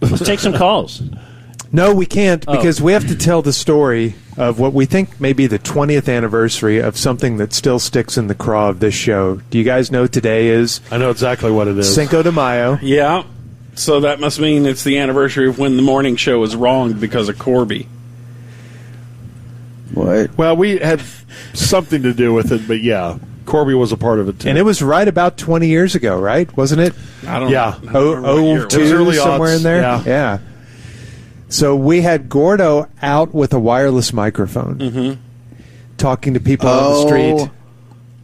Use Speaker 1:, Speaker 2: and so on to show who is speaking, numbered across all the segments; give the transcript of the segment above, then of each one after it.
Speaker 1: Let's take some calls.
Speaker 2: No, we can't because we have to tell the story of what we think may be the 20th anniversary of something that still sticks in the craw of this show. Do you guys know today is
Speaker 3: I know exactly what it is.
Speaker 2: Cinco de Mayo?
Speaker 4: Yeah. So that must mean it's the anniversary of when the morning show was wronged because of Corby.
Speaker 5: What?
Speaker 3: Well, we had something to do with it, but yeah, Corby was a part of it too.
Speaker 2: And it was right about 20 years ago, right? Wasn't it?
Speaker 4: I don't
Speaker 3: Yeah.
Speaker 4: know. I don't
Speaker 2: Oh,
Speaker 4: remember what
Speaker 2: oh
Speaker 4: year it was.
Speaker 3: was
Speaker 2: two,
Speaker 3: early
Speaker 2: somewhere
Speaker 3: aughts,
Speaker 2: in there.
Speaker 3: yeah.
Speaker 2: So we had Gordo out with a wireless microphone, talking to people on the
Speaker 5: Oh
Speaker 2: street.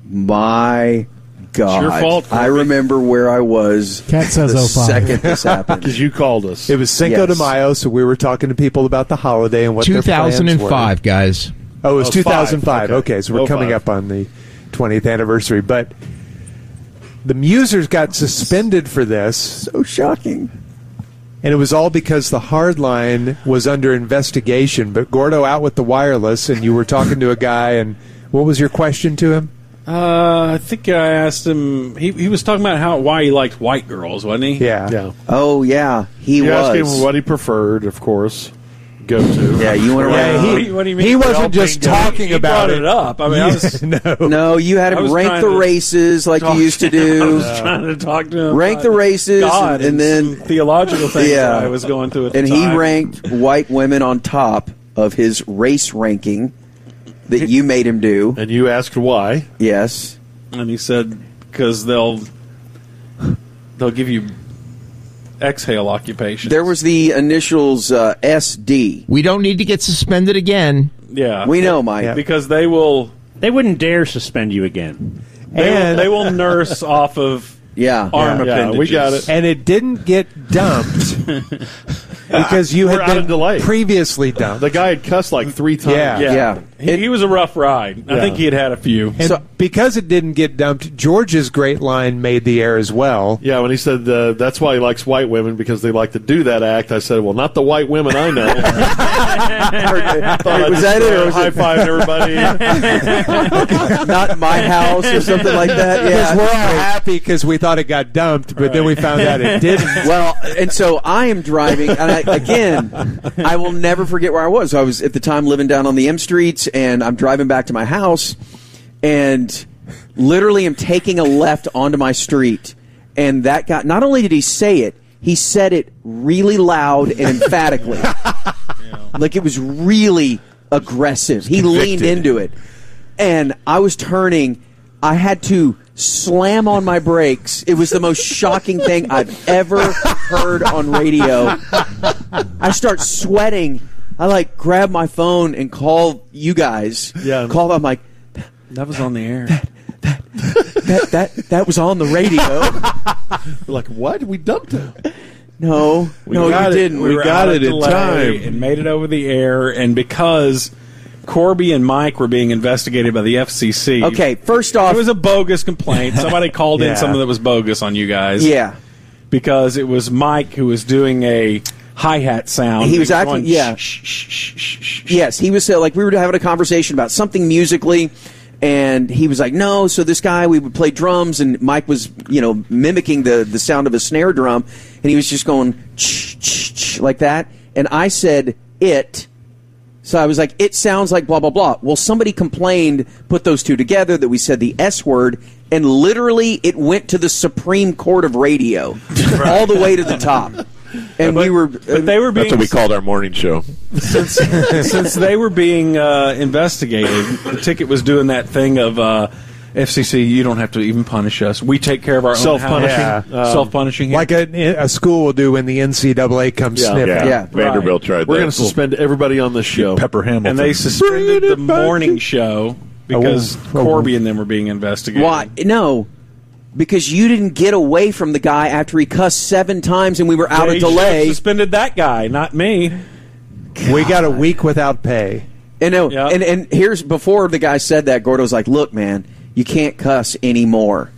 Speaker 5: my god!
Speaker 4: your fault,
Speaker 5: I
Speaker 4: Kirby.
Speaker 5: remember where I was.
Speaker 6: Cat says
Speaker 5: the
Speaker 6: 05.
Speaker 5: second this happened.
Speaker 3: because you called us.
Speaker 2: It was Cinco de
Speaker 5: Yes.
Speaker 2: Mayo, so we were talking to people about the holiday and what their plans were.
Speaker 7: 2005, guys.
Speaker 2: Oh, it was
Speaker 3: Oh,
Speaker 2: 2005.
Speaker 3: five.
Speaker 2: Okay. so we're
Speaker 3: Oh,
Speaker 2: coming
Speaker 3: five.
Speaker 2: up on the 20th anniversary, but the Musers got suspended for this,
Speaker 5: so shocking.
Speaker 2: and it was all because the hard line was under investigation. But Gordo out with the wireless, and you were talking to a guy, and what was your question to him?
Speaker 4: Uh, I think I asked him. He, he was talking about how why he liked white girls, wasn't he?
Speaker 2: Yeah.
Speaker 3: yeah.
Speaker 5: Oh yeah, he
Speaker 3: You asked
Speaker 5: was.
Speaker 3: him what he preferred, of course. Go to
Speaker 5: yeah, you went
Speaker 2: Yeah,
Speaker 5: around.
Speaker 2: he-
Speaker 4: What do you- what do you mean?
Speaker 2: he wasn't
Speaker 4: Well,
Speaker 2: just
Speaker 4: bingo.
Speaker 2: talking
Speaker 4: He
Speaker 2: about
Speaker 4: brought
Speaker 2: it.
Speaker 4: it up. I mean, I was
Speaker 2: no.
Speaker 5: no, you had
Speaker 4: I
Speaker 5: him
Speaker 4: was
Speaker 5: rank
Speaker 4: trying
Speaker 5: the
Speaker 4: to
Speaker 5: races like you used to
Speaker 4: I
Speaker 5: do.
Speaker 4: was trying to talk to him.
Speaker 5: Rank
Speaker 4: about
Speaker 5: the races
Speaker 4: God
Speaker 5: and- and then-
Speaker 4: some theological things
Speaker 5: Yeah.
Speaker 4: that I was going through at the
Speaker 5: and he
Speaker 4: time.
Speaker 5: ranked white women on top of his race ranking that you made him do.
Speaker 3: and you asked why.
Speaker 5: Yes.
Speaker 4: and he said because they'll they'll give you exhale occupation.
Speaker 5: There was the initials uh, SD.
Speaker 7: We don't need to get suspended again.
Speaker 4: yeah,
Speaker 5: We know, Mike.
Speaker 4: because they will
Speaker 1: They wouldn't dare suspend you again.
Speaker 4: they,
Speaker 2: And-
Speaker 4: will, they will nurse off of
Speaker 5: Yeah.
Speaker 4: arm
Speaker 3: Yeah,
Speaker 4: appendages.
Speaker 3: we got it.
Speaker 2: and it didn't get dumped because you
Speaker 3: We're
Speaker 2: had
Speaker 3: out of delay.
Speaker 2: been previously dumped.
Speaker 3: The guy had cussed like three times.
Speaker 2: Yeah.
Speaker 4: Yeah,
Speaker 5: Yeah.
Speaker 4: He, he was a rough ride. I
Speaker 3: Yeah.
Speaker 4: think he had had a few.
Speaker 2: and
Speaker 5: so-
Speaker 2: because it didn't get dumped, George's great line made the air as well.
Speaker 3: Yeah, when he said uh, that's why he likes white women because they like to do that act, I said, "Well, not the white women I know."
Speaker 5: Was that it, or was
Speaker 3: high
Speaker 5: it-
Speaker 3: five everybody?
Speaker 5: Not my house or something like that.
Speaker 2: Because
Speaker 5: Yeah.
Speaker 2: we're all happy because we thought it got dumped, but then we found out it didn't.
Speaker 5: well, and so I am driving, and I, again, I will never forget where I was. I was at the time living down on the M streets, and I'm driving back to my house, and literally am taking a left onto my street, and that guy. Not only did he say it, he said it really loud and emphatically, like it was really aggressive. He leaned into it, and I was turning. I had to slam on my brakes. It was the most shocking thing I've ever heard on radio. I start sweating. I like grab my phone and call you guys.
Speaker 3: Yeah.
Speaker 5: Call. I'm like
Speaker 4: That was on the air.
Speaker 5: that that that was on the radio.
Speaker 3: like what? We dumped it.
Speaker 5: No, no,
Speaker 4: got
Speaker 5: you
Speaker 4: it.
Speaker 5: didn't.
Speaker 4: We,
Speaker 5: were
Speaker 4: got
Speaker 5: out
Speaker 4: it in
Speaker 5: of delay.
Speaker 4: time and made it over the air. And because Corby and Mike were being investigated by the FCC,
Speaker 5: Okay, first off,
Speaker 4: it was a bogus complaint. Somebody called
Speaker 2: Yeah.
Speaker 4: in something that was bogus on you guys.
Speaker 5: yeah.
Speaker 4: because it was Mike who was doing a hi hat sound.
Speaker 5: He was acting-
Speaker 4: going,
Speaker 5: yeah.
Speaker 4: "Shh, shh, shh, shh, shh, shh."
Speaker 5: Yes, he was uh, like we were having a conversation about something musically, and he was like, "No." So this guy, we would play drums, and Mike was, you know, mimicking the the sound of a snare drum, and he was just going ch ch ch like that, and I said it. So I was like, it sounds like blah blah blah. Well, somebody complained, put those two together that we said the S word, and literally it went to the Supreme Court of Radio, all the way to the top, and we were.
Speaker 4: But they were being
Speaker 8: That's what we called our morning show.
Speaker 4: since they were being uh, investigated. The ticket was doing that thing of uh, FCC. You don't have to even punish us. We take care of our own
Speaker 3: Self-punishing.
Speaker 2: Yeah.
Speaker 4: self punishing.
Speaker 2: Like a, a school will do when the NCAA comes
Speaker 3: Yeah.
Speaker 2: sniffing.
Speaker 8: Yeah,
Speaker 5: Yeah.
Speaker 8: Vanderbilt tried.
Speaker 3: We're
Speaker 8: that.
Speaker 3: going to suspend everybody on this show.
Speaker 8: Pepper Hamilton.
Speaker 4: and they
Speaker 2: Bring
Speaker 4: suspended the
Speaker 2: it back
Speaker 4: morning
Speaker 2: to-
Speaker 4: show because
Speaker 2: Oh, oh.
Speaker 4: Corby and them were being investigated.
Speaker 5: Why? No, because you didn't get away from the guy after he cussed seven times and we were out
Speaker 4: They
Speaker 5: of
Speaker 4: should've
Speaker 5: delay.
Speaker 4: Suspended that guy, not me.
Speaker 2: We got a week without pay.
Speaker 5: And no,
Speaker 4: Yeah.
Speaker 5: and and here's before the guy said that Gordo's like, "Look, man, you can't cuss anymore."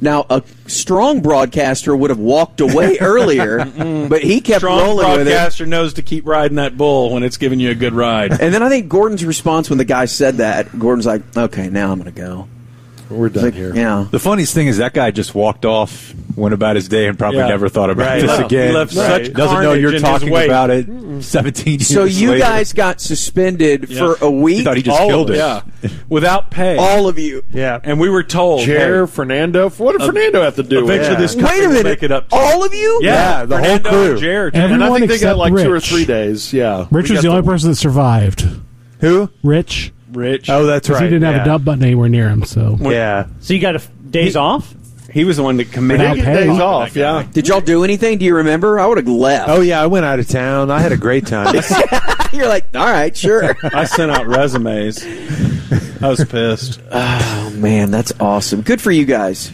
Speaker 5: Now, a strong broadcaster would have walked away earlier, but he kept
Speaker 4: Strong
Speaker 5: rolling with it.
Speaker 4: broadcaster knows to keep riding that bull when it's giving you a good ride.
Speaker 5: And then I think Gordon's response when the guy said that, Gordon's like, "Okay, now I'm going to go."
Speaker 3: We're done
Speaker 5: Like,
Speaker 3: here.
Speaker 5: yeah.
Speaker 6: The funniest thing is that guy just walked off, went about his day, and probably
Speaker 4: Yeah.
Speaker 6: never thought about
Speaker 4: Right.
Speaker 6: this
Speaker 4: Left-
Speaker 6: again.
Speaker 4: left such
Speaker 6: Doesn't know
Speaker 4: carnage in
Speaker 6: you're
Speaker 4: his
Speaker 6: talking
Speaker 4: wake. Mm-hmm.
Speaker 6: about it. Seventeen.
Speaker 5: So
Speaker 6: years
Speaker 5: you
Speaker 6: later.
Speaker 5: guys got suspended
Speaker 4: Yeah.
Speaker 5: for a
Speaker 6: He
Speaker 5: week.
Speaker 6: thought he just
Speaker 4: All
Speaker 6: killed
Speaker 4: of
Speaker 6: it.
Speaker 4: us. Yeah. Without pay.
Speaker 5: all of you.
Speaker 2: Yeah.
Speaker 4: and we were told.
Speaker 3: Chair
Speaker 4: hey,
Speaker 3: Fernando. What did Fernando have to do? with
Speaker 4: eventually
Speaker 3: it?
Speaker 4: this company
Speaker 5: Wait a
Speaker 4: will
Speaker 5: minute.
Speaker 4: make it up to
Speaker 5: all of you?
Speaker 2: Yeah, the whole
Speaker 4: Fernando
Speaker 2: crew.
Speaker 4: and Jared.
Speaker 3: And I
Speaker 9: Everyone
Speaker 3: think they got
Speaker 9: except
Speaker 3: like two or
Speaker 9: Rich.
Speaker 3: three days. Yeah,
Speaker 9: Rich
Speaker 3: We
Speaker 9: was
Speaker 3: got
Speaker 9: the only person that survived.
Speaker 2: Who?
Speaker 9: Rich,
Speaker 4: Rich.
Speaker 2: Oh, that's right.
Speaker 9: he didn't have
Speaker 2: yeah.
Speaker 9: a dump button anywhere near him. So
Speaker 2: Yeah.
Speaker 1: So you got a f- days off?
Speaker 4: He was the one that
Speaker 3: They
Speaker 4: committed.
Speaker 9: Without
Speaker 3: get
Speaker 9: pay.
Speaker 3: days off. Yeah,
Speaker 5: Did y'all do anything? Do you remember? I would have left.
Speaker 2: Oh yeah, I went out of town. I had a great time.
Speaker 5: You're like, all right, sure.
Speaker 4: I sent out resumes. I was pissed.
Speaker 5: oh man, that's awesome. Good for you guys.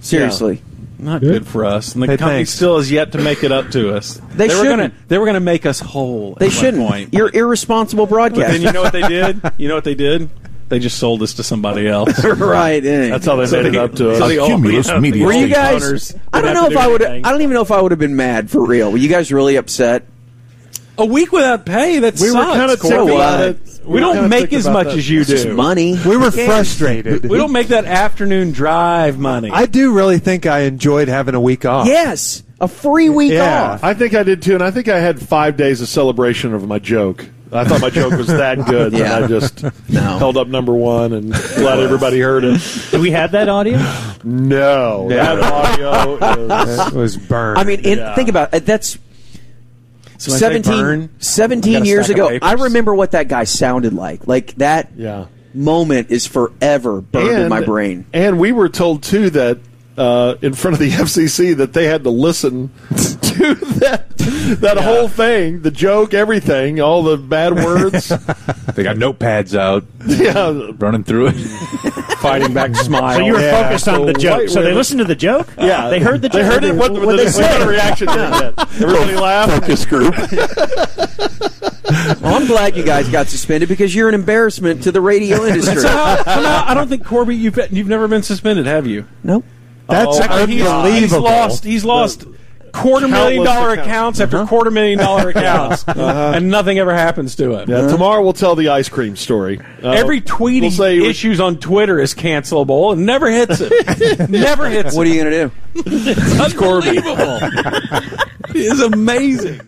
Speaker 5: Seriously.
Speaker 4: Not good for us. And the
Speaker 2: Hey,
Speaker 4: company
Speaker 2: thanks.
Speaker 4: still has yet to make it up to us.
Speaker 5: They
Speaker 4: were
Speaker 5: shouldn't.
Speaker 4: gonna they were gonna make us whole.
Speaker 5: They
Speaker 4: at one
Speaker 5: shouldn't.
Speaker 4: Point.
Speaker 5: You're irresponsible
Speaker 4: But then
Speaker 5: broadcasting.
Speaker 4: you know what they did? You know what they did? They just sold us to somebody else.
Speaker 5: right. eh.
Speaker 3: that's how they
Speaker 4: So
Speaker 3: made it
Speaker 4: they-
Speaker 3: up to us.
Speaker 4: so they all-
Speaker 8: Cumulus
Speaker 4: yeah,
Speaker 8: media.
Speaker 4: they all
Speaker 5: Were you
Speaker 4: the
Speaker 5: guys?
Speaker 4: owners
Speaker 5: I
Speaker 4: would
Speaker 5: don't
Speaker 4: have
Speaker 5: know
Speaker 4: to do
Speaker 5: if I would. I
Speaker 4: anything.
Speaker 5: don't even know if I would have been mad for real. Were you guys really upset?
Speaker 4: A week without pay. That
Speaker 3: we were
Speaker 4: sucks.
Speaker 3: kind of
Speaker 5: Corey.
Speaker 3: ticked
Speaker 5: So
Speaker 3: about
Speaker 5: what?
Speaker 3: it.
Speaker 4: We don't make as much as you
Speaker 5: It's
Speaker 4: do.
Speaker 5: money.
Speaker 2: We were
Speaker 5: Can't-
Speaker 2: frustrated.
Speaker 4: We don't make that afternoon drive money.
Speaker 2: I do really think I enjoyed having a week off.
Speaker 5: Yes, a free week
Speaker 2: Yeah.
Speaker 5: off.
Speaker 3: I think I did too, and I think I had five days of celebration of my joke. I thought my joke was that good
Speaker 5: Yeah.
Speaker 3: that I just
Speaker 5: No.
Speaker 3: held up number one and glad everybody heard it.
Speaker 1: Do we have that audio?
Speaker 3: No, that audio is.
Speaker 2: It was burned.
Speaker 5: I mean, in,
Speaker 3: Yeah.
Speaker 5: think about it. That's
Speaker 4: Somebody say
Speaker 5: 17,
Speaker 4: burn.
Speaker 5: 17
Speaker 4: I got a
Speaker 5: years
Speaker 4: stack
Speaker 5: ago.
Speaker 4: of papers.
Speaker 5: I remember what that guy sounded like. Like that
Speaker 3: Yeah.
Speaker 5: moment is forever burned in my brain.
Speaker 3: And we were told too that uh, in front of the FCC that they had to listen to that that whole thing, the joke, everything, all the bad words.
Speaker 6: They got notepads out,
Speaker 3: yeah,
Speaker 6: running through it.
Speaker 4: fighting back smile.
Speaker 1: So you were
Speaker 3: Yeah.
Speaker 1: focused on the
Speaker 3: So
Speaker 1: joke.
Speaker 3: white
Speaker 1: So they
Speaker 3: women-
Speaker 1: listened to the joke?
Speaker 3: yeah,
Speaker 1: They heard the joke.
Speaker 3: They heard it. What, what they said? What reaction did it get? Everybody laughed.
Speaker 8: Focus group.
Speaker 5: Well, I'm glad you guys got suspended because you're an embarrassment to the radio industry.
Speaker 4: Somehow- somehow, I don't think Corby. You've you've never been suspended, have you?
Speaker 5: nope.
Speaker 3: Oh,
Speaker 2: that's
Speaker 5: Oh,
Speaker 4: Actually, he's-
Speaker 2: unbelievable.
Speaker 4: He's, lost. He's lost quarter million
Speaker 3: Countless
Speaker 4: dollar
Speaker 3: accounts. Uh-huh.
Speaker 4: accounts after quarter million dollar accounts, and nothing ever happens to him.
Speaker 3: Yeah, tomorrow we'll tell the ice cream story. Uh,
Speaker 4: Every tweet
Speaker 3: we'll
Speaker 4: he
Speaker 3: say it was-
Speaker 4: issues on Twitter is cancelable and never hits it. never hits
Speaker 5: What
Speaker 4: it.
Speaker 5: are you going to do?
Speaker 4: Unbelievable. it is amazing.